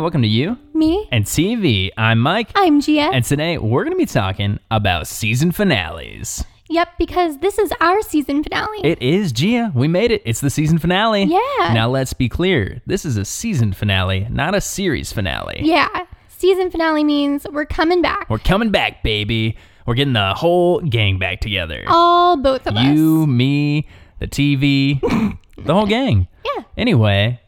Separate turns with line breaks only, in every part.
welcome to you
Me?
and TV. I'm Mike,
I'm Gia.
and today we're going to be talking about season finales.
yep, because this is our season finale.
It is Gia. We made it. It's the season finale.
Yeah.
Now let's be clear. This is a season finale, not a series finale.
yeah. Season finale means we're coming back.
We're coming back, baby. We're getting the whole gang back together.
All both of
you, me, the TV, the whole gang.
us.
Anyway,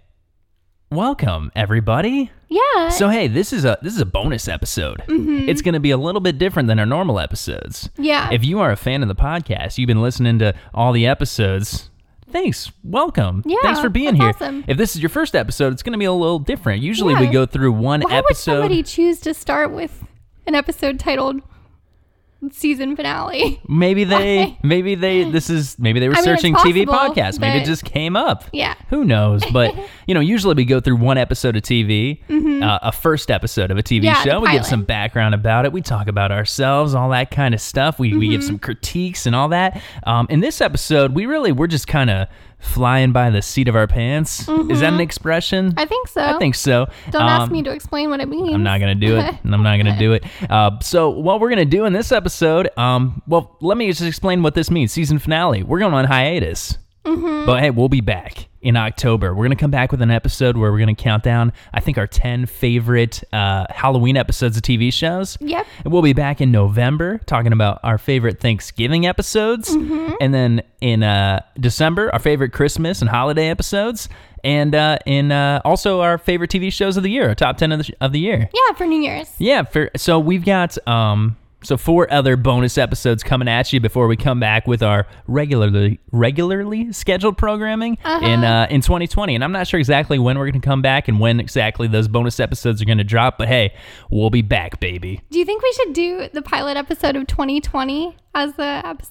welcome everybody.
Yeah. Yeah.
So hey, this is a this is a bonus episode.
Mm-hmm.
It's going to be a little bit different than our normal episodes.
yeah.
If you are a fan of the podcast, you've been listening to all the episodes. Thanks. Welcome.
Yeah,
thanks for being
that's
here.
awesome.
If this is your first episode, it's going to be a little different. Usually we
Yeah.
go through one
Why would
episode.
somebody choose to start with an episode titled season finale?
Maybe they
Why?
maybe they this is maybe they were
I mean, it's
searching TV
possible,
podcasts. Maybe it
but-
just came up.
Yeah.
Who knows? But you know, usually we go through one episode of TV, uh, a first episode of a TV
Mm-hmm. Yeah, the
show. We give
pilot.
some background about it. We talk about ourselves, all that kind of stuff. We, we
Mm-hmm.
give some critiques and all that. Um, in this episode, we really we're just kind of flying by the seat of our pants. Is that an expression?
Mm-hmm. I think so.
I think so.
Don't
Um,
ask me to explain what it means.
I'm not gonna do it. I'm not gonna do it. Uh, so what we're gonna do in this episode? Um, well, let me just explain what this means. Season finale. We're going on hiatus, but hey, we'll be back in October. We're gonna come back with an episode where we're gonna count down. I think our ten favorite uh, Halloween episodes of TV shows.
Yep.
And we'll be back in November talking about our favorite Thanksgiving episodes. And then in uh, December, our favorite Christmas and holiday episodes. And uh, in uh, also our favorite TV shows of the year, our top 10 of the, of the year.
Yeah, for New Year's.
Yeah. For, so we've got um, so four other bonus episodes coming at you before we come back with our regularly regularly scheduled programming in uh, in 2020. And I'm not sure exactly when we're going to come back and when exactly those bonus episodes are going to drop. But hey, we'll be back, baby.
Do you think we should do the pilot episode of 2020 as the episode?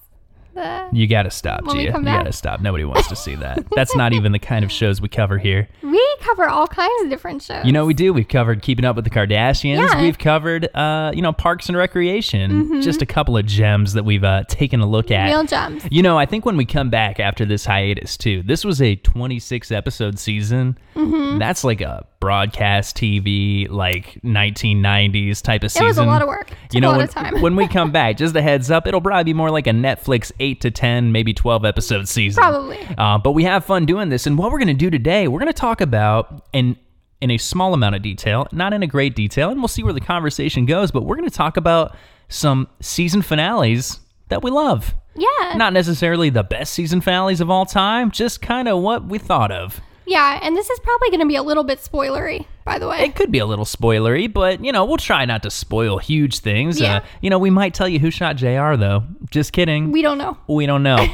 The
You gotta stop,
When we
Gia. You
come back.
gotta stop. Nobody wants to see that. That's not even the kind of shows we cover here.
we cover all kinds of different shows.
You know, we do. We've covered Keeping Up with the Kardashians.
Yeah. Mm-hmm.
We've covered, uh, you know, Parks and Recreation. Just a couple of gems that we've uh, taken a look at.
real gems.
You know, I think when we come back after this hiatus, too, this was a 26 episode season.
Mm-hmm.
That's like a broadcast TV, like 1990s type of
It
season.
was a lot of work. Took
You know,
a lot
when,
of time.
when we come back, just a heads up, it'll probably be more like a Netflix 8 to 10, maybe 12 episode season.
Probably.
Uh, but we have fun doing this. And what we're going to do today, we're going to talk about, in, in a small amount of detail, not in a great detail, and we'll see where the conversation goes, but we're going to talk about some season finales that we love.
yeah.
Not necessarily the best season finales of all time, just kind of what we thought of.
yeah, and this is probably going to be a little bit spoilery, by the way.
It could be a little spoilery, but you know, we'll try not to spoil huge things.
Yeah.
Uh, you know, we might tell you who shot JR though. Just kidding.
we don't know.
We don't know.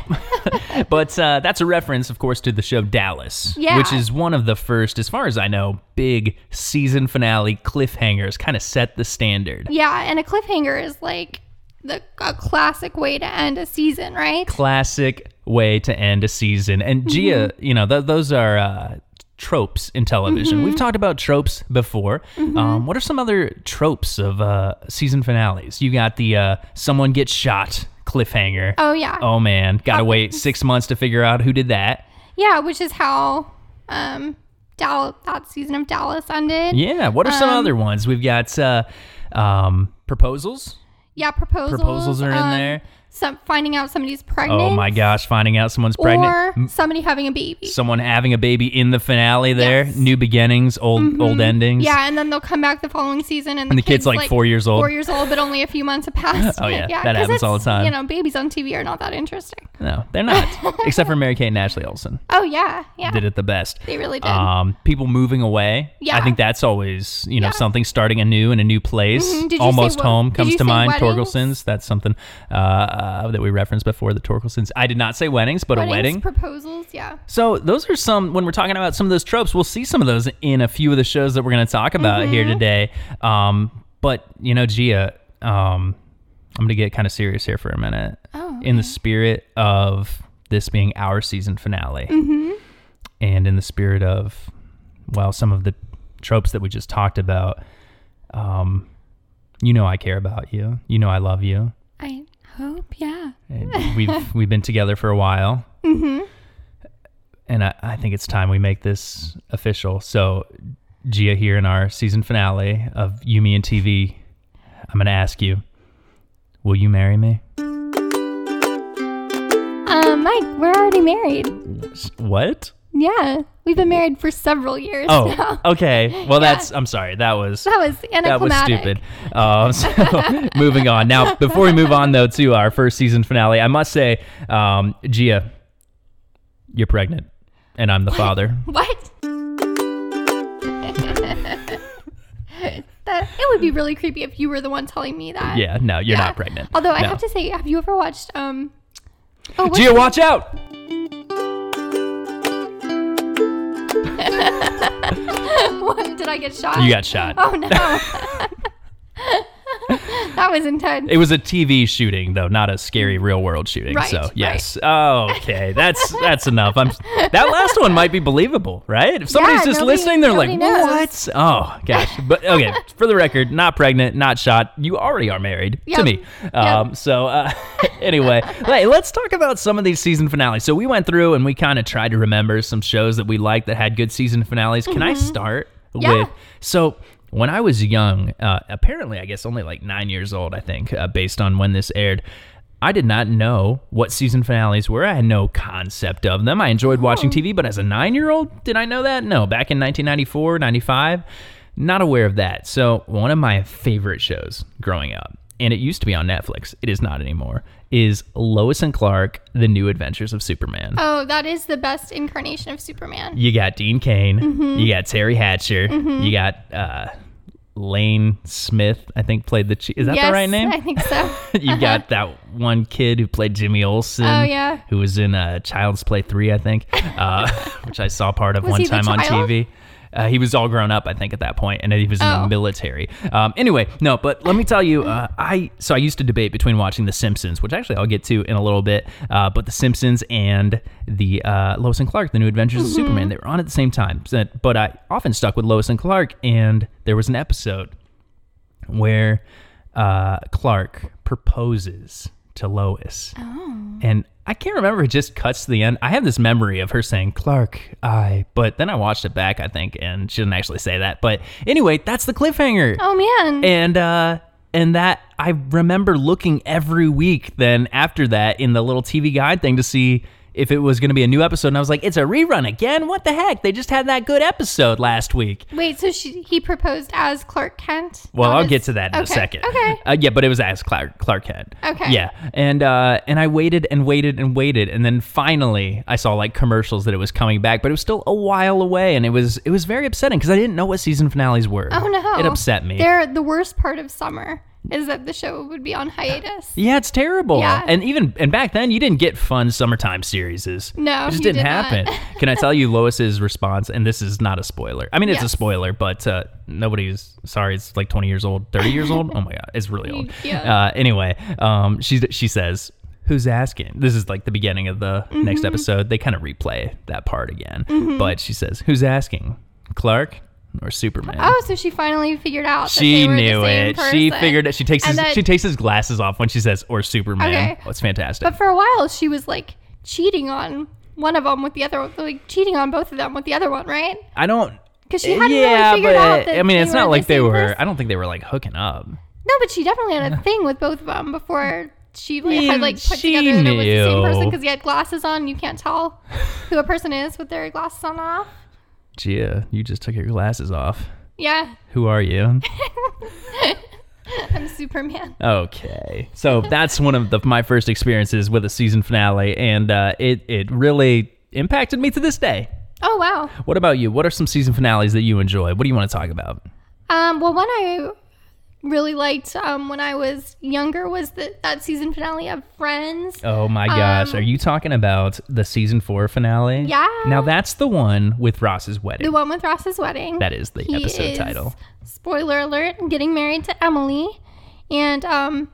but uh, that's a reference, of course, to the show Dallas,
Yeah.
which is one of the first, as far as I know, big season finale cliffhangers, kind of set the standard.
Yeah, and a cliffhanger is like the a classic way to end a season, right?
Classic way to end a season. And Gia, you know, th- those are. Uh, Tropes in television. We've talked about tropes before. Um, what are some other tropes of uh, season finales? You got the uh, someone gets shot cliffhanger.
Oh yeah.
Oh, man, gotta wait six months to figure out who did that.
Yeah, which is how um Dal- that season of Dallas ended.
Yeah. What are
Um,
some other ones? We've got uh, um, proposals.
Yeah, proposals.
Proposals are in
um,
there.
Some finding out somebody's pregnant.
Oh my gosh, finding out someone's
Or
pregnant. M-
somebody having a baby.
Someone having a baby in the finale. There,
Yes. Mm-hmm.
new beginnings, old old endings.
Yeah, and then they'll come back the following season, and,
the kid's, like, four years old.
Four years old, but only a few months have passed.
Oh, yeah, that
'cause
happens all the
it's-
time.
You know, babies on TV are not that interesting.
No, they're not. Except for Mary Kate and Ashley Olsen
Oh yeah, yeah,
did it the best.
they really did.
Um, people moving away. I
Yeah.
think that's always you know something starting anew in a new place.
Mm-hmm. Did you say
Almost
wed-
home
did
comes
you
to
say
mind.
weddings?
Torkelson's. That's something uh, uh, that we referenced before. The Torkelsons. I did not say weddings, but
Weddings,
a wedding.
proposals, yeah.
So those are some when we're talking about some of those tropes, we'll see some of those in a few of the shows that we're going to talk about here today. Um, but you know, Gia, um, I'm going to get kind of serious here for a minute.
Oh,
In the spirit of this being our season finale, and in the spirit of well, some of the tropes that we just talked about. Um, you know, I care about you. You know, I love you.
I hope, yeah.
And we've we've been together for a while. Mm-hmm. And I, I think it's time we make this official. So, Gia here in our season finale of Yumi and TV, I'm going to ask you, will you marry me?
Uh, Mike, we're already married.
What?
Yeah, we've been married for several years now.
Oh, okay. Well, that's, I'm sorry. That was.
That was
That was
anticlimactic.
stupid. Um, so moving on. Now, before we move on, though, to our first season finale, I must say, um, Gia, you're pregnant, and I'm the father.
What? that, it would be really creepy if you were the one telling me that.
Yeah, no, you're
Yeah.
not pregnant.
Although I
No.
have to say, have you ever watched um? Oh, what's
Gia, watch out!
what? Did I get shot?
You got shot.
Oh no. that was intense.
It was a TV shooting, though, not a scary real world shooting.
Mm. Right,
so
right.
yes. Oh, okay. That's that's enough. I'm that last one might be believable, right? If somebody's
Yeah,
just
nobody-
listening, they're like,
nobody knows.
"What?" Oh gosh. But okay, for the record, not pregnant, not shot. You already are married to
Yep.
me. Um, So uh, anyway, hey, let's talk about some of these season finales. So we went through and we kind of tried to remember some shows that we liked that had good season finales. Can
Mm-hmm.
I start
Yeah.
with? So when I was young, uh, apparently, I guess only like nine years old, I think, uh, based on when this aired. I did not know what season finales were. I had no concept of them. I enjoyed watching TV, but as a nine year old, did I know that? No, back in 1994, 95, not aware of that. So, one of my favorite shows growing up, and it used to be on Netflix, it is not anymore, is Lois and Clark The New Adventures of Superman.
Oh, that is the best incarnation of Superman.
You got Dean Kane. You got Terry Hatcher. You got uh, Lane Smith. I think played the. Chi- Is that
yes,
the right name?
I think so.
you got that one kid who played Jimmy Olsen.
Uh-huh. Oh, yeah.
Who was in uh, Child's Play three, I think, uh, which I saw part of one
he the
time on
child?
TV. Uh, he was all grown up, I think, at that point, and he was in the
Oh.
military. Um, anyway, no, but let me tell you, uh, I so I used to debate between watching The Simpsons, which actually I'll get to in a little bit, uh, but The Simpsons and the uh, Lois and Clark, The New Adventures
Mm-hmm.
of Superman, they were on at the same time. So- But I often stuck with Lois and Clark, and there was an episode where uh, Clark proposes to Lois. And I can't remember. It just cuts to the end. I have this memory of her saying, Clark, I. But then I watched it back, I think, and she didn't actually say that. But anyway, that's the cliffhanger.
Oh man.
And, uh, and that I remember looking every week then after that in the little TV guide thing to see if it was going to be a new episode. And I was like, it's a rerun again? What the heck? They just had that good episode last week.
Wait, so she, he proposed as Clark Kent?
Well,
not
I'll
as-
get to that in a
Okay,
second.
Okay.
Uh, yeah, but it was as Clark Clark Kent.
Okay.
Yeah, and uh, and I waited and waited and waited, and then finally I saw like commercials that it was coming back, but it was still a while away, and it was it was very upsetting because I didn't know what season finales were.
Oh no.
It upset me.
They're the worst part of summer is that the show would be on hiatus.
yeah, it's terrible.
Yeah.
And even and back then you didn't get fun summertime series.
No,
it just
you
didn't
Oh, did not.
happen. Can I tell you Lois's response? And this is not a spoiler. I mean, it's a
Yes.
spoiler, but uh, nobody's sorry. It's like 20 years old, 30 years old. Oh my god, it's really old.
Yeah.
Uh, anyway, um, she she says, "Who's asking?" This is like the beginning of the
Mm-hmm.
next episode. They kind of replay that part again, but she says, "Who's asking, Clark or Superman?"
Oh, so she finally figured out. that
She
they were the
knew
same
it. She
person.
figured it. She takes his,
And that-
she takes his glasses off when she says "or Superman."
Okay.
Oh, it's fantastic.
But for a while, she was like cheating on one of them with the other, like cheating on both of them with the other one, right?
I don't.
'Cause she hadn't really
Uh, yeah,
figured
but
out that
I mean,
they
it's
were
not
the
like they
same
were.
person.
I don't think they were like hooking up.
No, but she definitely had a thing with both of them before she like,
Yeah,
had like put
she
together that it was the
knew.
same person because he had glasses on. You can't tell who a person is with their glasses on and off.
Gia, you just took your glasses off.
Yeah,
Who are you?
I'm Superman.
okay, so that's one of the, my first experiences with a season finale, and uh, it it really impacted me to this day.
Oh wow.
What about you? What are some season finales that you enjoy? What do you want to talk about?
Um, well, one I really liked um, when I was younger was the, that season finale of Friends.
Oh my gosh,
Um,
are you talking about the season four finale?
Yeah.
Now that's the one with Ross's wedding.
The one with Ross's wedding.
that is the
He
episode
is,
title.
Spoiler alert: getting married to Emily, and um,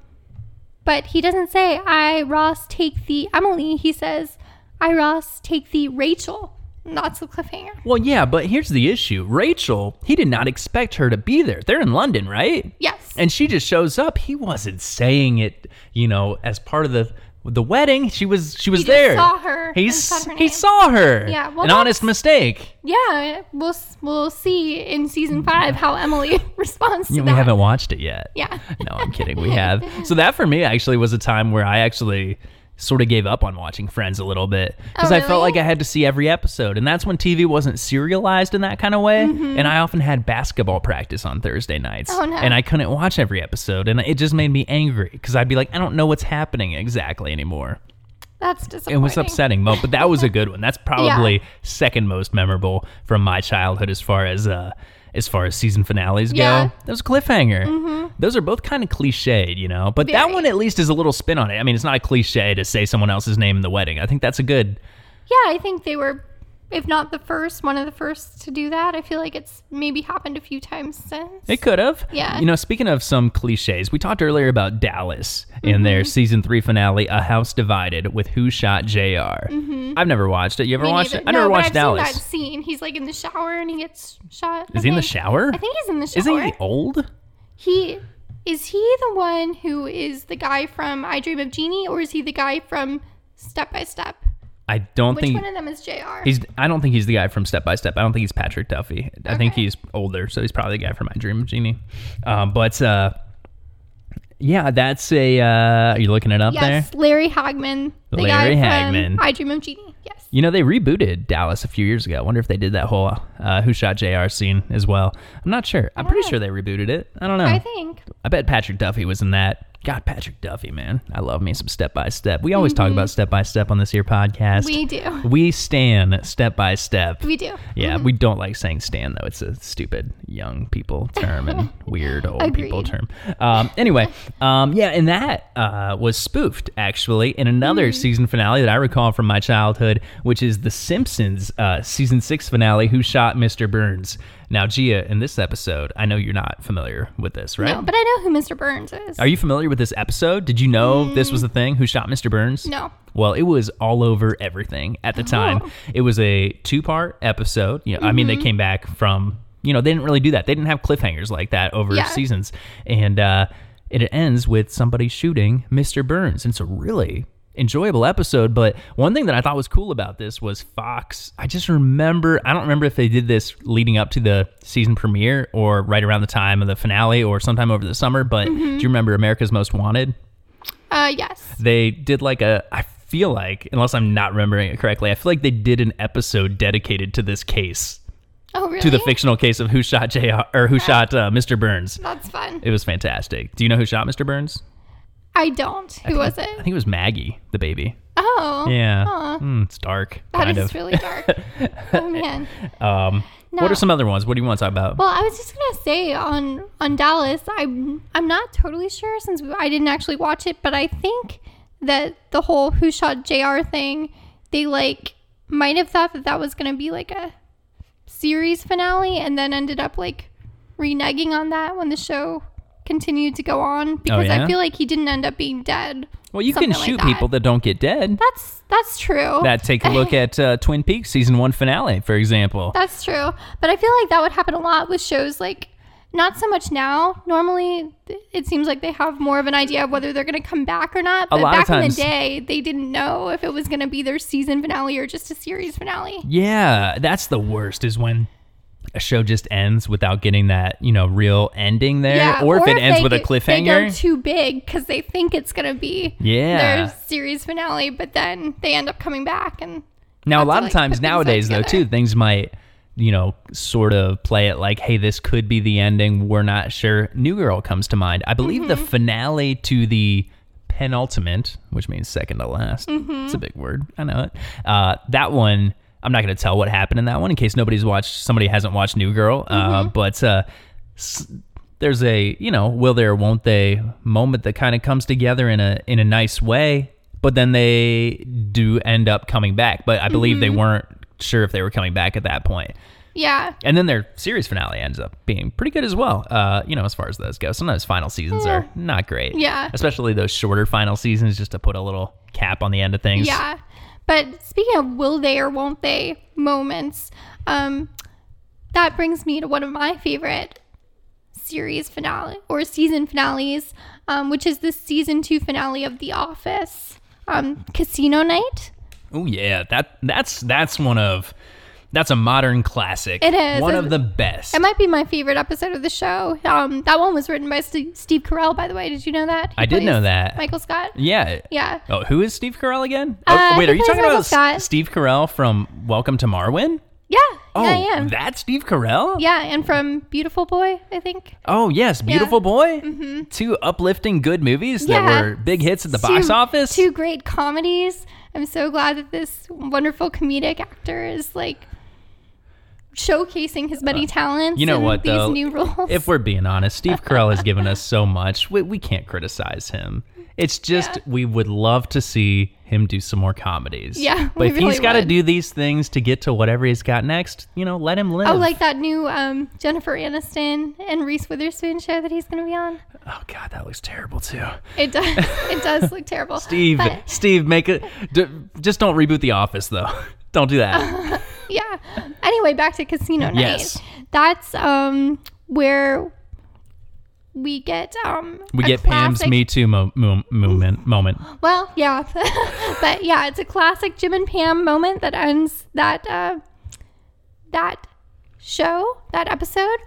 but he doesn't say I Ross take the Emily. He says I Ross take the Rachel. And that's the cliffhanger.
Well, yeah, but here's the issue. Rachel, he did not expect her to be there. They're in London, right?
Yes.
And she just shows up. He wasn't saying it, you know, as part of the the wedding. She was she was
just
there.
saw her
He
and
s-
said her
he
name.
saw her.
Yeah, well,
an
that's-
honest mistake.
Yeah, we'll s- we'll see in season five how Emily responds to
Yeah,
that.
we haven't watched it yet.
Yeah.
No, I'm kidding. We have. So that for me actually was a time where I actually sort of gave up on watching Friends a little bit because
Oh,
I felt
really?
like I had to see every episode, and that's when TV wasn't serialized in that kind of way. And I often had basketball practice on Thursday nights,
Mm-hmm. Oh, no.
and I couldn't watch every episode, and it just made me angry because I'd be like, I don't know what's happening exactly anymore.
That's disappointing.
It was upsetting, Mo, but that was a good one. That's probably
Yeah.
second most memorable from my childhood as far as uh as far as season finales
Yeah. Mm-hmm.
go. That was a cliffhanger. Those are both kind of cliched, you know, but that
Very.
one at least is a little spin on it. I mean, it's not a cliche to say someone else's name in the wedding. I think that's a good.
Yeah, I think they were, if not the first, one of the first to do that. I feel like it's maybe happened a few times since.
It could have.
Yeah.
You know, speaking of some cliches, we talked earlier about Dallas
Mm-hmm.
in their season three finale, A House Divided, with Who Shot junior I've never watched it. You ever
Mm-hmm. Me
watched
neither.
it? I never
no, but
watched
I've
Dallas.
Seen that scene. He's like in the shower and he gets shot. I
Is he in the
think.
shower?
I think he's in the shower.
Isn't he old?
He is he the one who is the guy from I Dream of Jeannie, or is he the guy from Step by Step?
I don't
Which
think
one of them is Jr.
he's. I don't think he's the guy from Step by Step. I don't think he's Patrick Duffy. I think he's older, so he's probably the guy from My Dream of Genie. Um, but uh, yeah, that's a. Uh, are you looking it up there?
yes, Larry Hagman, the
Larry
guy
Hagman.
from I Dream of Jeannie. Yes.
You know they rebooted Dallas a few years ago. I wonder if they did that whole uh, "Who Shot Jr." scene as well. I'm not sure. I'm pretty
know.
sure they rebooted it. I don't know.
I think.
I bet Patrick Duffy was in that. God, Patrick Duffy, man, I love me some Step by Step. We always talk about Step by Step on this here podcast.
Mm-hmm. We do.
We stand Step by Step.
We do.
Yeah, we don't like saying "stan" though. It's a stupid young people term and weird old people
Agreed.
term. Um, anyway, um, yeah, and that uh, was spoofed actually in another
Mm-hmm.
season finale that I recall from my childhood, which is The Simpsons uh, season six finale, "Who Shot Mr. Burns." Now, Gia, in this episode, I know you're not familiar with this, right?
No, but I know who Mr. Burns is.
Are you familiar with this episode? Did you know this was the thing? Who shot Mr. Burns?
Mm. No.
Well, it was all over everything at the time. It was a two-part episode. You know, I mean, they came back from you know they didn't really do that. They didn't have cliffhangers like that over
Yeah.
seasons, and uh, it ends with somebody shooting Mr. Burns. And it's a really enjoyable episode. But one thing that I thought was cool about this was Fox. I just remember I don't remember if they did this leading up to the season premiere or right around the time of the finale or sometime over the summer. But do you remember America's Most Wanted?
uh, yes.
they did like a I feel like unless I'm not remembering it correctly, I feel like they did an episode dedicated to this case,
Oh, really?
to the fictional case of who shot JR or who shot uh, Mr. Burns.
That's fun.
It was fantastic. Do you know who shot Mr. Burns?
I don't. Who was
I
it?
think it was Maggie, the baby.
Oh.
Yeah.
Aw.
Mm, it's dark.
That is
kind of.
really dark. oh man.
um, What
No.
are some other ones? What do you want to talk about?
Well, I was just gonna say on on Dallas, I'm I'm not totally sure since I didn't actually watch it, but I think that the whole who shot Jr. thing, they like might have thought that that was gonna be like a series finale, and then ended up like reneging on that when the show continued to go on because
Oh, yeah?
I feel like he didn't end up being dead.
Well, you can
something like
shoot
that.
people that don't get dead.
That's that's true.
That take a look at uh, Twin Peaks season one finale, for example.
That's true. But I feel like that would happen a lot with shows like not so much now. Normally, th- it seems like they have more of an idea of whether they're going to come back or not. But
lot of
back in
times-
the day, they didn't know if it was going to be their season finale or just a series finale.
Yeah, that's the worst is when a show just ends without getting that, you know, real ending there. or, if it ends
they
with a
go- They go
cliffhanger.
too big because they think it's going to be
Yeah.
their series finale, but then they end up coming back and
Now, a
have to,
lot of
like,
times
put things
nowadays, though,
together.
too, things might, you know, sort of play it like, hey, this could be the ending. We're not sure. New Girl comes to mind. I believe the
Mm-hmm.
finale to the penultimate, which means second to last.
Mm-hmm.
It's a big word. I know it. Uh, that one. I'm not going to tell what happened in that one in case nobody's watched, somebody hasn't watched New Girl. Uh,
Mm-hmm.
but uh, s- there's a you know will they or won't they moment that kind of comes together in a in a nice way but then they do end up coming back but i believe
Mm-hmm.
they weren't sure if they were coming back at that point point.
yeah.
and then their series finale ends up being pretty good as well uh you know as far as those go sometimes final seasons are not great
Yeah.
especially those shorter final seasons just to put a little cap on the end of things
Yeah. But speaking of will they or won't they moments, um, that brings me to one of my favorite series finale or season finales, um, which is the season two finale of The Office. um, Casino Night.
Oh yeah, that that's that's one of that's a modern classic.
It is,
one of
and-
the best.
It might be my favorite episode of the show. Um, that one was written by St- Steve Carell, by the way. Did you know that? He
I did know
plays
that.
Michael Scott.
yeah.
Yeah.
Oh, who is Steve Carell again?
Uh,
oh, wait,
he
are you
plays
talking about
Michael Scott.
S- Steve Carell from Welcome to Marwin?
Yeah.
Oh,
yeah, I am.
that Steve Carell?
yeah, and from Beautiful Boy, I think.
Oh yes, Beautiful Boy. Mm-hmm. Two uplifting good movies
Yeah.
that were big hits at the
Two-
box office.
Two great comedies. I'm so glad that this wonderful comedic actor is like showcasing his many talents.
Uh, you know
in
what,
These
though?
new roles.
if we're being honest, Steve Carell has given us so much. We, we can't criticize him. It's just
Yeah.
we would love to see him do some more comedies.
Yeah,
but
we
if he's
really
got to
would.
do these things to get to whatever he's got next, you know, let him live.
oh, like that new um, Jennifer Aniston and Reese Witherspoon show that he's going to be on.
oh god, that looks terrible too.
It does. it does look terrible.
Steve,
But-
Steve, make it. D- just don't reboot The Office though. don't do that.
yeah. Anyway, back to Casino Night.
Yes.
That's um where we get um
We
a
get Pam's
classic-
Me Too mo- mo- movement moment.
Well, yeah. but yeah, it's a classic Jim and Pam moment that ends that uh that show, that episode.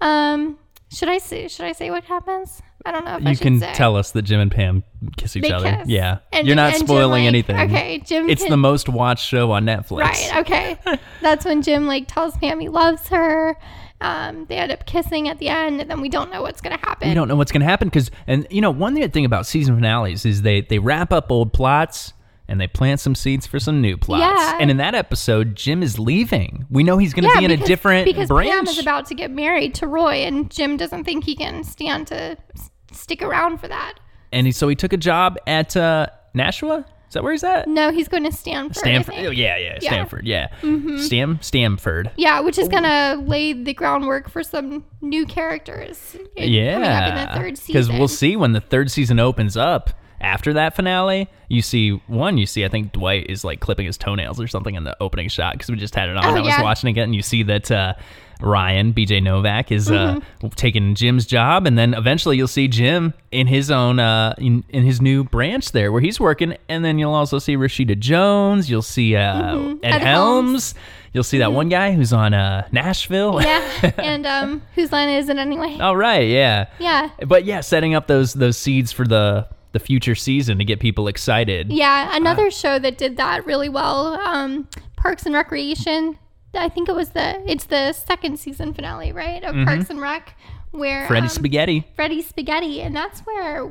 Um should I say should I say what happens? I don't know if I
you
should
can
say.
tell us that Jim and Pam kiss each
They
other.
kiss.
Yeah,
And-
you're not
and Jim,
spoiling
like-
anything.
Okay, Jim
It's
can-
the most watched show on Netflix.
Right. Okay. That's when Jim like tells Pam he loves her. Um, they end up kissing at the end, and then we don't know what's gonna happen.
You don't know what's going to happen because, and you know, one good thing about season finales is they they wrap up old plots and they plant some seeds for some new plots.
Yeah.
And in that episode, Jim is leaving. We know he's going to be in a different
because Pam
branch.
is about to get married to Roy, and Jim doesn't think he can stand to s- stick around for that.
and he, so he took a job at uh, Nashua. Is that where he's at?
No, he's going to Stanford. I
Stanford.
think.
Oh, yeah, yeah,
Yeah. Mm-hmm.
Stanford. Yeah. Stam Stamford.
Yeah, which
Oh.
is gonna lay the groundwork for some new characters. in- coming up in the
Yeah,
third season.
we'll see when the third season opens up. After that finale, you see one. You see, I think Dwight is like clipping his toenails or something in the opening shot because we just had it on.
Oh,
I was
yeah.
watching again, and you see that uh, Ryan BJ Novak is
Mm-hmm.
uh, taking Jim's job, and then eventually you'll see Jim in his own uh, in, in his new branch there where he's working, and then you'll also see Rashida Jones. You'll see uh, Ed,
Mm-hmm. Ed Mm-hmm.
Helms. You'll see that one guy who's on uh, Nashville.
Yeah, and um, whose line is it anyway?
All right, yeah.
Yeah.
But yeah, setting up those those seeds for the the future season to get people excited.
Yeah, another
Uh.
show that did that really well, um, Parks and Recreation. I think it was the it's the second season finale, right,
Mm-hmm.
of Parks and Rec, where
Freddy
um,
Spaghetti.
Freddy Spaghetti, and that's where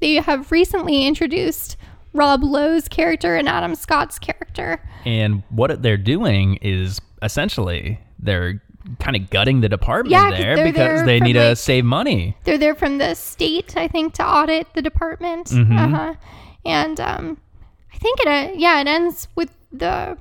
they have recently introduced Rob Lowe's character and Adam Scott's character.
And what they're doing is essentially they're kind of gutting the department
Yeah, 'cause
there
they're
because
there
they
for,
need to
like-
save money.
They're there from the state, I think, to audit the department.
Mm-hmm.
Uh-huh. And um, I think it uh, yeah it ends with the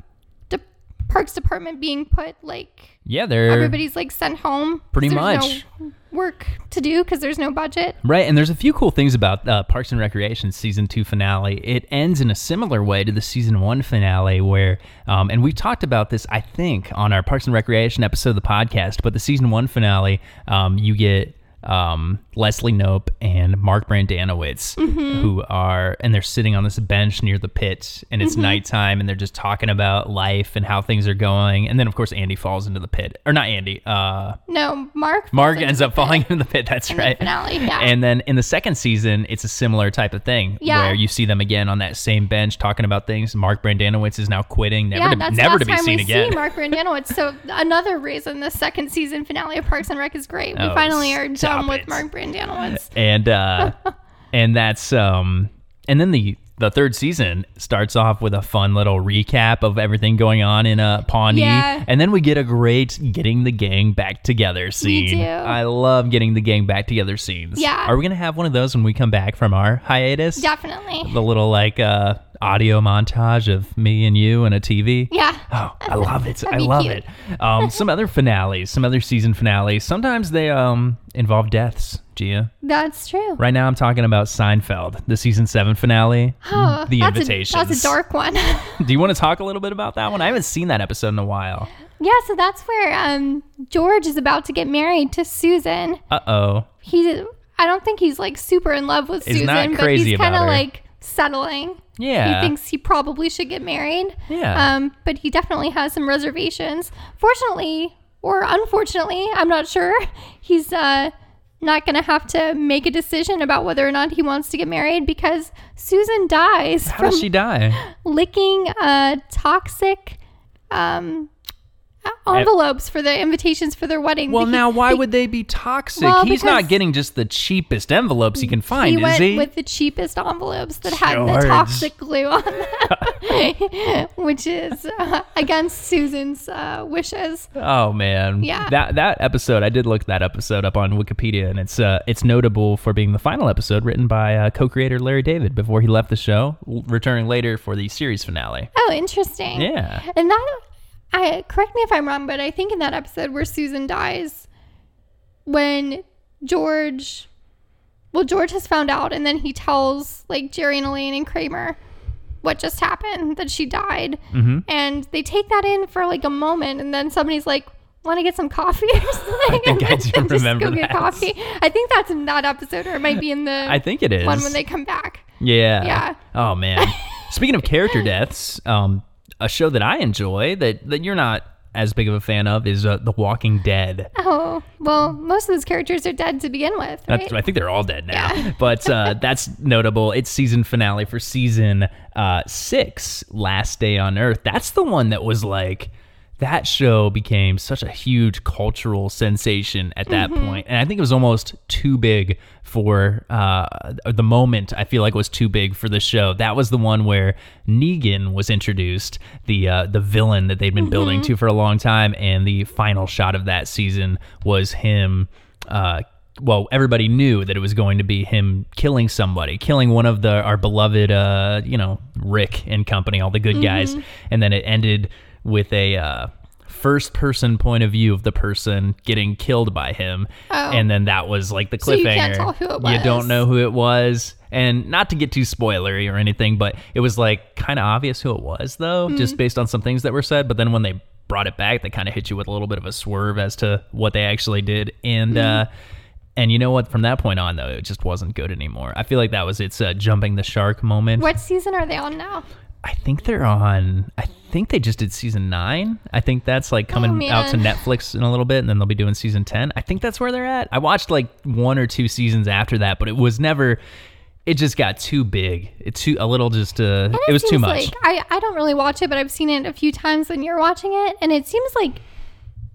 de- Parks Department being put like
Yeah, they're
everybody's like sent home 'cause
Pretty
there's no work to do because there's no budget
Right, and there's a few cool things about uh, Parks and Recreation season two finale. It ends in a similar way to the season one finale, where, um, and we talked about this, I think, on our Parks and Recreation episode of the podcast. But the season one finale, um, you get um, Leslie Nope and Mark Brandanowitz, who are, and they're sitting on this bench near the pit, and it's nighttime, and they're just talking about life and how things are going. And then, of course, Andy falls into the pit, or not Andy, uh,
no mark
Mark ends up falling into the pit. That's right.
finale, yeah.
And then in the second season, it's a similar type of thing
Yeah.
where you see them again on that same bench talking about things. Mark Brandanowitz is now quitting, never
yeah
to,
that's
never
last
to be
time
seen
we
again.
see mark Brandanowitz. so another reason the second season finale of parks and rec is great we
Oh,
finally are
stop
done
it.
with mark Brandanowitz.
and uh, and that's um, and then the the third season starts off with a fun little recap of everything going on in uh, Pawnee,
Yeah.
and then we get a great getting the gang back together scene.
do.
I love getting the gang back together scenes.
Yeah.
are we gonna have one of those when we come back from our hiatus?
definitely
the little like uh audio montage of me and you and a TV.
yeah
Oh, I love it. I
be
love
cute.
it. Um some other finales, some other season finales. Sometimes they um involve deaths, Gia.
that's true
Right now I'm talking about Seinfeld, the season 7 finale,
Oh,
The
that's
Invitations.
A, that's a dark one.
Do you want to talk a little bit about that one? I haven't seen that episode in a while.
yeah, so that's where um, George is about to get married to Susan,
Uh-oh.
he I don't think he's like super in love with
He's
Susan,
not crazy
but he's kind
about
of
her.
like settling.
Yeah.
He thinks he probably should get married.
Yeah.
Um, but he definitely has some reservations. Fortunately, or unfortunately, I'm not sure, he's uh, not going to have to make a decision about whether or not he wants to get married because Susan dies
How
from
does she die?
licking uh, toxic um, envelopes for the invitations for their wedding.
Well,
He-
now why
he-
would they be toxic?
Well,
He's not
because-
getting just the cheapest envelopes he can
he
find, is
went
he?
with the cheapest envelopes that had
George.
the toxic glue on them, which is uh, against Susan's uh, wishes.
Oh man,
Yeah.
That that episode, I did look that episode up on Wikipedia, and it's uh, it's notable for being the final episode written by uh, co-creator Larry David before he left the show, l- returning later for the series finale.
Oh, interesting.
Yeah,
And that, I correct me if I'm wrong, but I think in that episode where Susan dies, when George, well, George has found out, and then he tells like Jerry and Elaine and Kramer what just happened that she died,
Mm-hmm.
and they take that in for like a moment, and then somebody's like. Want to get some coffee or something? I
think I do remember
just go
that.
get coffee. I think that's in that episode, or it might be in the
I think it is.
one when they come back.
yeah.
Yeah.
Oh man. Speaking of character deaths, um, a show that I enjoy that that you're not as big of a fan of is uh, The Walking Dead.
Oh well, most of those characters are dead to begin with.
That's,
right?
I think they're all dead now.
Yeah.
But uh, that's notable. It's season finale for season uh, six, Last Day on Earth. That's the one that was like, that show became such a huge cultural sensation at that point. And I think it was almost too big for uh, the moment, I feel like was too big for the show. That was the one where Negan was introduced, the, uh, the villain that they'd been building to for a long time. And the final shot of that season was him. Uh, well, everybody knew that it was going to be him killing somebody, killing one of the our beloved, uh, you know, Rick and company, all the good
Mm-hmm.
guys, and then it ended with a uh, first-person point of view of the person getting killed by him,
Oh.
and then that was like the cliffhanger.
you can't tell who it
You don't
was.
know who it was, and not to get too spoilery or anything, but it was like kind of obvious who it was, though,
Mm-hmm.
just based on some things that were said. But then when they brought it back, they kind of hit you with a little bit of a swerve as to what they actually did, and.
Mm-hmm.
uh and you know what? From that point on, though, it just wasn't good anymore. I feel like that was its uh, jumping the shark moment.
What season are they on now?
I think they're on. I think they just did season nine. I think that's like coming
Oh,
out to
man.
Netflix in a little bit, and then they'll be doing season ten. I think that's where they're at. I watched like one or two seasons after that, but it was never. It just got too big. It too a little just. Uh, it was too
seems
much.
Like, I, I don't really watch it, but I've seen it a few times when you're watching it, and it seems like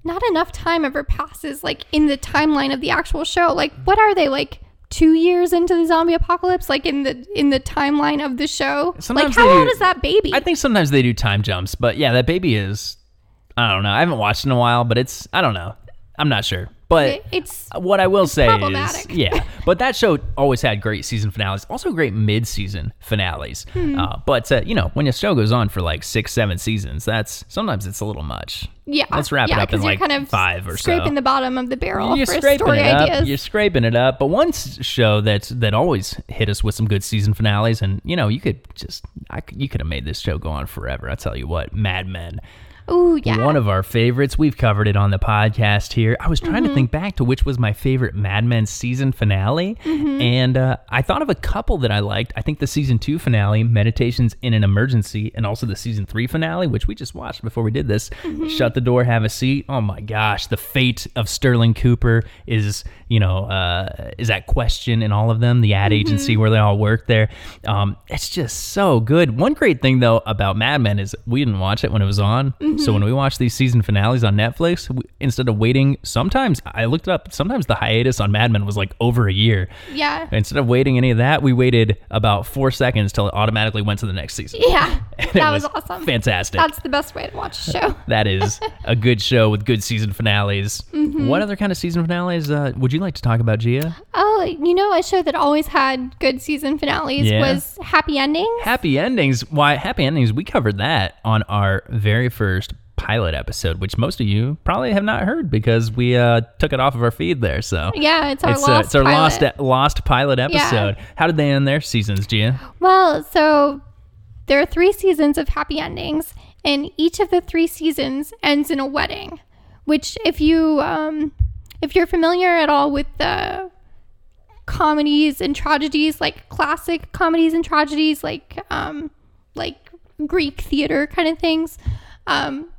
not enough time ever passes, like in the timeline of the actual show. Like, what are they like? Two years into the zombie apocalypse, like in the in the timeline of the show,
Sometimes
like how
they do-
old is that baby?
I think sometimes they do time jumps, but yeah, that baby is. I don't know. I haven't watched in a while, but it's. I don't know. I'm not sure, but.
It- it's
What I will say is,
problematic.
yeah, but that show always had great season finales, also great mid-season finales.
Hmm.
Uh, but uh, you know, when a show goes on for like six, seven seasons, that's sometimes it's a little much.
yeah.
Let's wrap it
yeah,
up in,
'cause you're
like,
kind of
five or so.
scraping the bottom of the barrel
You're
for
scraping
story
it up.
ideas.
You're scraping it up. But one s- show that that always hit us with some good season finales, and you know, you could just, I, could- you could have made this show go on forever. I tell you what, Mad Men.
Ooh, yeah.
One of our favorites. We've covered it on the podcast here. I was trying to think back to which was my favorite Mad Men season finale. And uh, I thought of a couple that I liked. I think the season two finale, Meditations in an Emergency, and also the season three finale, which we just watched before we did this. Shut the Door, Have a Seat. Oh my gosh. The fate of Sterling Cooper is, you know, uh, is that question in all of them, the ad agency
Mm-hmm.
where they all work there. Um, it's just so good. One great thing, though, about Mad Men is we didn't watch it when it was on. So
Mm-hmm.
when we watch these season finales on Netflix, we, instead of waiting, sometimes I looked it up, sometimes the hiatus on Mad Men was like over a year.
yeah,
Instead of waiting any of that, we waited about four seconds till it automatically went to the next season.
yeah.
And it
That was, awesome.
Fantastic.
That's the best way to watch a show.
that is a good show with good season finales.
Mm-hmm.
What other kind of season finales uh, would you like to talk about, Gia?
Oh, you know, a show that always had good season finales
Yeah.
was Happy Endings.
Happy endings. Why happy endings? We covered that on our very first pilot episode, which most of you probably have not heard because we uh, took it off of our feed there. So
Yeah, it's our
it's, uh,
lost.
it's our
pilot.
lost lost pilot episode. How did they end their seasons, Gia?
Well, so there are three seasons of Happy Endings, and each of the three seasons ends in a wedding. Which, if you um, if you're familiar at all with the comedies and tragedies, like classic comedies and tragedies, like um, like Greek theater kind of things. Um,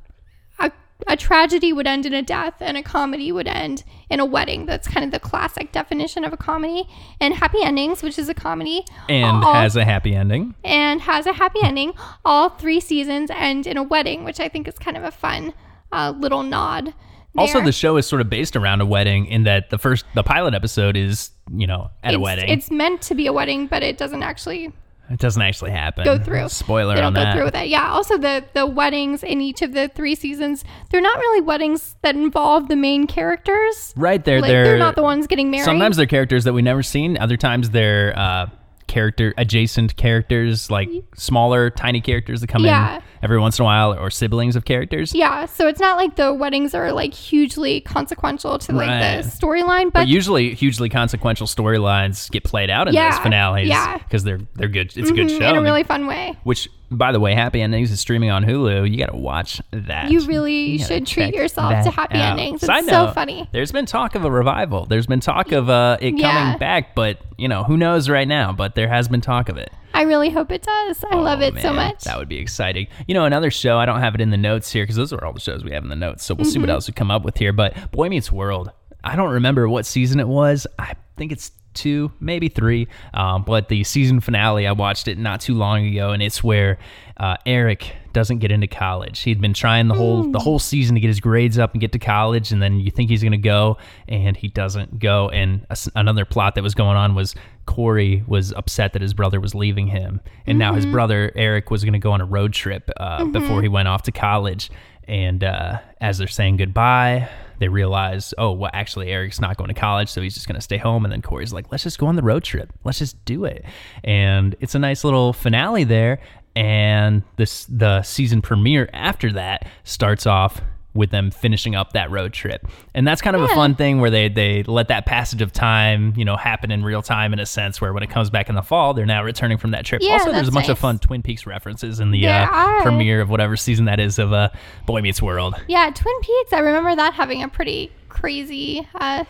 a, a tragedy would end in a death, and a comedy would end in a wedding. That's kind of the classic definition of a comedy. And happy endings, which is a comedy,
and
all-
has a happy ending.
and has a happy ending. All three seasons end in a wedding, which I think is kind of a fun uh, little nod.
Also,
there.
the show is sort of based around a wedding in that the first, the pilot episode is, you know, at a
it's,
wedding.
It's meant to be a wedding, but it doesn't actually
it doesn't actually happen.
go through.
Mm-hmm. Spoiler
they don't
on
go
that.
through with it. Yeah. Also, the the weddings in each of the three seasons, they're not really weddings that involve the main characters.
Right there,
Like
they're,
they're, not the ones getting married.
Sometimes they're characters that we never seen. Other times they're uh, character adjacent characters, like smaller, tiny characters that come
Yeah.
in every once in a while, or siblings of characters.
yeah. So it's not like the weddings are like hugely consequential to like
Right.
the storyline, but,
But usually, hugely consequential storylines get played out in those
Yeah,
finales
yeah.
because they're they're good. It's a good
mm,
show.
in a really fun way.
which, by the way, Happy Endings is streaming on Hulu. You got to watch that.
You really
gotta
should treat
check
yourself to
that
happy
out.
endings. It's
Side
so
note,
funny.
There's been talk of a revival. There's been talk of uh, it
Yeah.
coming back, but you know who knows right now. But there has been talk of it.
I really hope it does. I love
Oh,
it so
man,
much.
That would be exciting. You know, another show, I don't have it in the notes here because those are all the shows we have in the notes. So we'll see what
Mm-hmm.
else we come up with here. But Boy Meets World, I don't remember what season it was. I think it's two, maybe three. Um, but the season finale, I watched it not too long ago, and it's where uh, Eric doesn't get into college. He'd been trying the whole
Hmm.
the whole season to get his grades up and get to college, and then you think he's gonna go, and he doesn't go. And a s another plot that was going on was Corey was upset that his brother was leaving him, and now his brother Eric was going to go on a road trip uh, before he went off to college. And uh, as they're saying goodbye, they realize, oh, well, actually, Eric's not going to college, so he's just going to stay home. And then Corey's like, let's just go on the road trip. Let's just do it. And it's a nice little finale there. And this the season premiere after that starts off with them finishing up that road trip. And that's kind of a fun thing where they they let that passage of time, you know, happen in real time in a sense where when it comes back in the fall, they're now returning from that trip.
Yeah,
also, there's a
that's
bunch of
nice.
fun Twin Peaks references in the
There
uh,
are.
premiere of whatever season that is of uh, Boy Meets World.
Yeah, Twin Peaks. I remember that having a pretty crazy uh,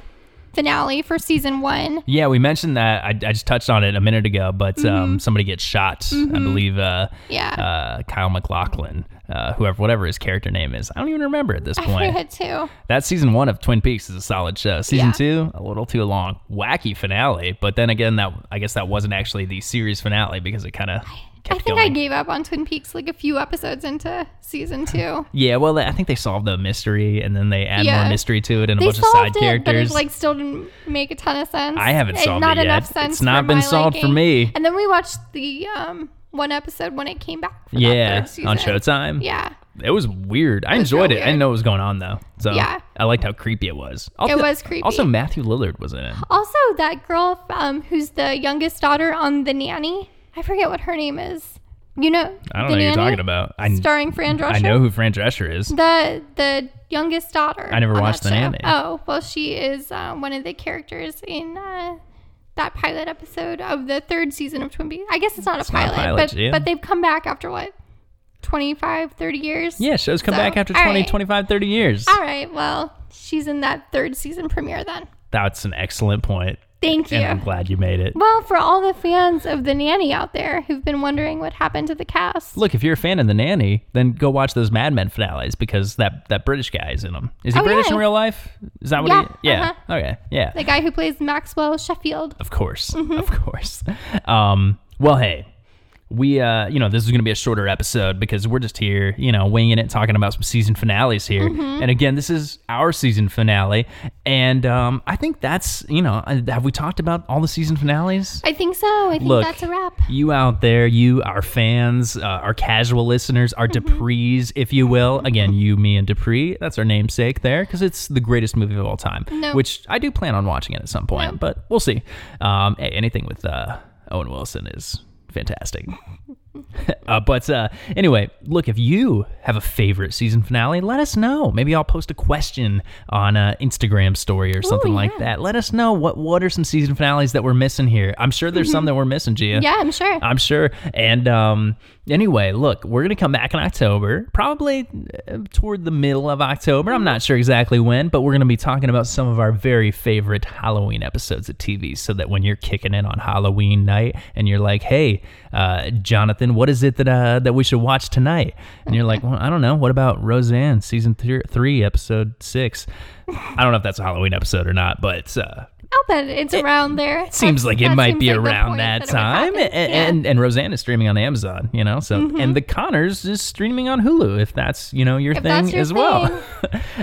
finale for season one.
Yeah, we mentioned that. I, I just touched on it a minute ago, but um, somebody gets shot. I believe uh,
Mm-hmm. Yeah.
uh, Kyle McLaughlin, uh, whoever, whatever his character name is. I don't even remember at this
I
point.
forget too.
that season one of Twin Peaks is a solid show. Season
Yeah.
two, a little too long, wacky finale. But then again, that I guess that wasn't actually the series finale because it kind of
I
kept
think
going.
I gave up on Twin Peaks like a few episodes into season two.
yeah, well, I think they solved the mystery and then they add
Yeah.
more mystery to it and a
They
bunch of
solved
side
it, but it
characters.
like still didn't make a ton of sense.
I haven't
It-
solved
not
it yet.
enough
It's
sense.
not
for
been
my
solved for
liking.
me.
And then we watched the um, one episode when it came back. For that
yeah,
third season.
on Showtime.
Yeah,
It was weird. I
was
enjoyed
real
it. I didn't
weird.
know what was going on though. So
Yeah.
I liked how creepy it was. Also,
It was creepy.
Also, Matthew Lillard was in it.
Also, that girl um, who's the youngest daughter on The Nanny. I forget what her name is. You know,
I don't
The
know what you're
Nanny?
talking about. I,
Starring Fran Drescher.
I know who Fran Drescher is.
The the youngest daughter.
I never
on
watched
that
The
show.
Nanny.
Oh well, she is uh, one of the characters in uh, that pilot episode of the third season of Twin Peaks. I guess it's not a,
not a
pilot,
pilot,
but
yeah.
but they've come back after what 25, 30 years.
Yeah, shows come
So,
back after
all
20,
right. Ah.
25, 30 years.
All right. Well, she's in that third season premiere then.
That's an excellent point.
Thank you.
And I'm glad you made it.
Well, for all the fans of The Nanny out there who've been wondering what happened to the cast.
Look, if you're a fan of The Nanny, then go watch those Mad Men finales because that, that British guy is in them. Is he
Oh,
British
yeah.
in real life? Is that what he
Yeah, uh-huh.
Yeah. Okay. Yeah.
The guy who plays Maxwell Sheffield.
Of course.
Mm-hmm.
Of course. Um, well, hey, we, uh, you know, this is going to be a shorter episode because we're just here, you know, winging it, talking about some season finales here.
Mm-hmm.
And again, this is our season finale. And um, I think that's, you know, uh, have we talked about all the season finales?
I think so. I think
Look,
that's a wrap.
You out there, you, our fans, uh, our casual listeners, our
Mm-hmm.
Duprees, if you will. Again, you, me, and Dupree. That's our namesake there because it's the greatest movie of all time,
No.
which I do plan on watching it at some point, but we'll see. Um, hey, anything with uh, Owen Wilson is fantastic. uh, but uh, anyway, look, if you have a favorite season finale, let us know. Maybe I'll post a question on a Instagram story or something like
yeah.
that. Let us know what what are some season finales that we're missing here. I'm sure there's some that we're missing, Gia.
Mm-hmm. Yeah, I'm sure.
I'm sure. And um, anyway, look, we're gonna come back in October, probably uh, toward the middle of October. I'm not sure exactly when, but we're gonna be talking about some of our very favorite Halloween episodes of TV, so that when you're kicking in on Halloween night and you're like, "Hey, uh, Jonathan, what is it that uh, that we should watch tonight?" and you're like, "Well, I don't know. What about Roseanne season th- three, episode six? I don't know if that's a Halloween episode or not, but." Uh,
I'll bet it's around there.
seems
That's-
like it
that
might
seems
be
like the
around
point
that,
it would
time.
happen.
And, and and Roseanne is streaming on Amazon, you know. So
Mm-hmm.
and the Connors is streaming on Hulu if that's you know your
If
thing
that's your
as well.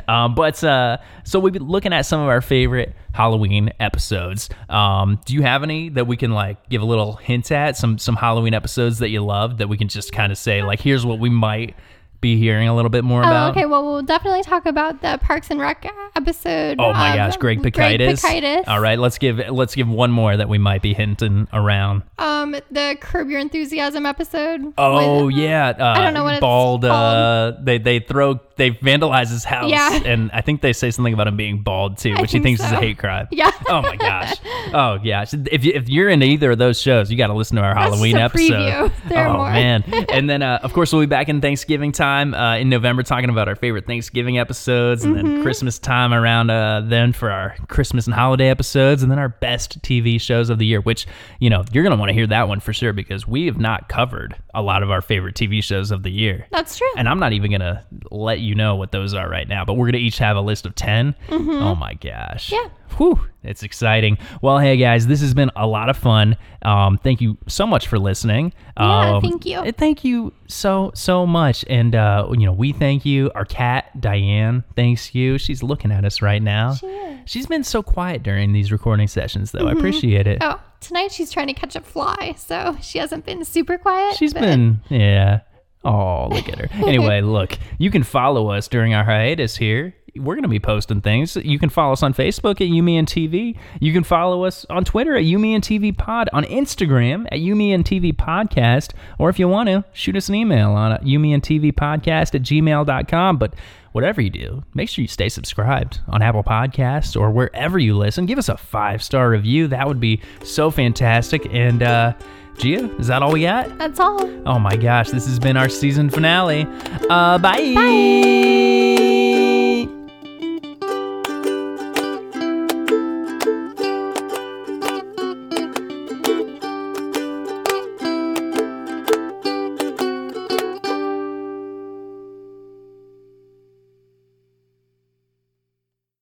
um, but uh, so we've been looking at some of our favorite Halloween episodes. Um, do you have any that we can like give a little hint at some some Halloween episodes that you love that we can just kind of say like here's what we might be hearing a little bit more
yeah.
about?
Oh, okay. Well, we'll definitely talk about the Parks and Rec episode.
Oh my
of
gosh, Greg Pikitis.
Um, Pikitis.
All right, let's give let's give one more that we might be hinting around.
Um, the Curb Your Enthusiasm episode.
Oh
with-
yeah, uh,
don't know what it's
bald.
called.
Uh, they they throw they vandalize his house,
Yeah.
and I think they say something about him being bald too, which he
think
thinks is a
so.
hate crime.
Yeah.
Oh my gosh. Oh gosh. If you, if you're into either of those shows, you got to listen to our Halloween
just a
episode.
preview. There are
oh
more.
man. And then uh, of course we'll be back in Thanksgiving time uh, in November, talking about our favorite Thanksgiving episodes, and
Mm-hmm.
then Christmas time around uh, then for our Christmas and holiday episodes, and then our best TV shows of the year. Which you know you're gonna want to hear that one for sure because we have not covered a lot of our favorite TV shows of the year.
That's true.
And I'm not even gonna let you know what those are right now, but we're gonna each have a list of 10 Oh my gosh.
Mm-hmm. Yeah.
Whew. It's exciting. Well, hey guys, this has been a lot of fun. Um, thank you so much for listening.
Yeah,
Um,
thank you.
and Thank you so so much. And uh, you know, we thank you. Our cat Diane thanks you. She's looking at us right now. She
is.
has been so quiet during these recording sessions, though. I appreciate it.
oh, tonight she's trying to catch a fly, so she hasn't been super quiet.
She's
but-
been, yeah. Oh, look at her. Anyway, look, you can follow us during our hiatus here. We're going to be posting things. You can follow us on Facebook at E Yumi and TV. You can follow us on Twitter at E Yumi and TV Pod, on Instagram at E Yumi and TV Podcast, or if you want to, shoot us an email on E Yumi and TV Podcast at gmail.com. But whatever you do, make sure you stay subscribed on Apple Podcasts or wherever you listen. Give us a five star review. That would be so fantastic. And, uh, Gia, is that all we got?
That's all.
Oh my gosh, this has been our season finale. Uh, bye. Bye.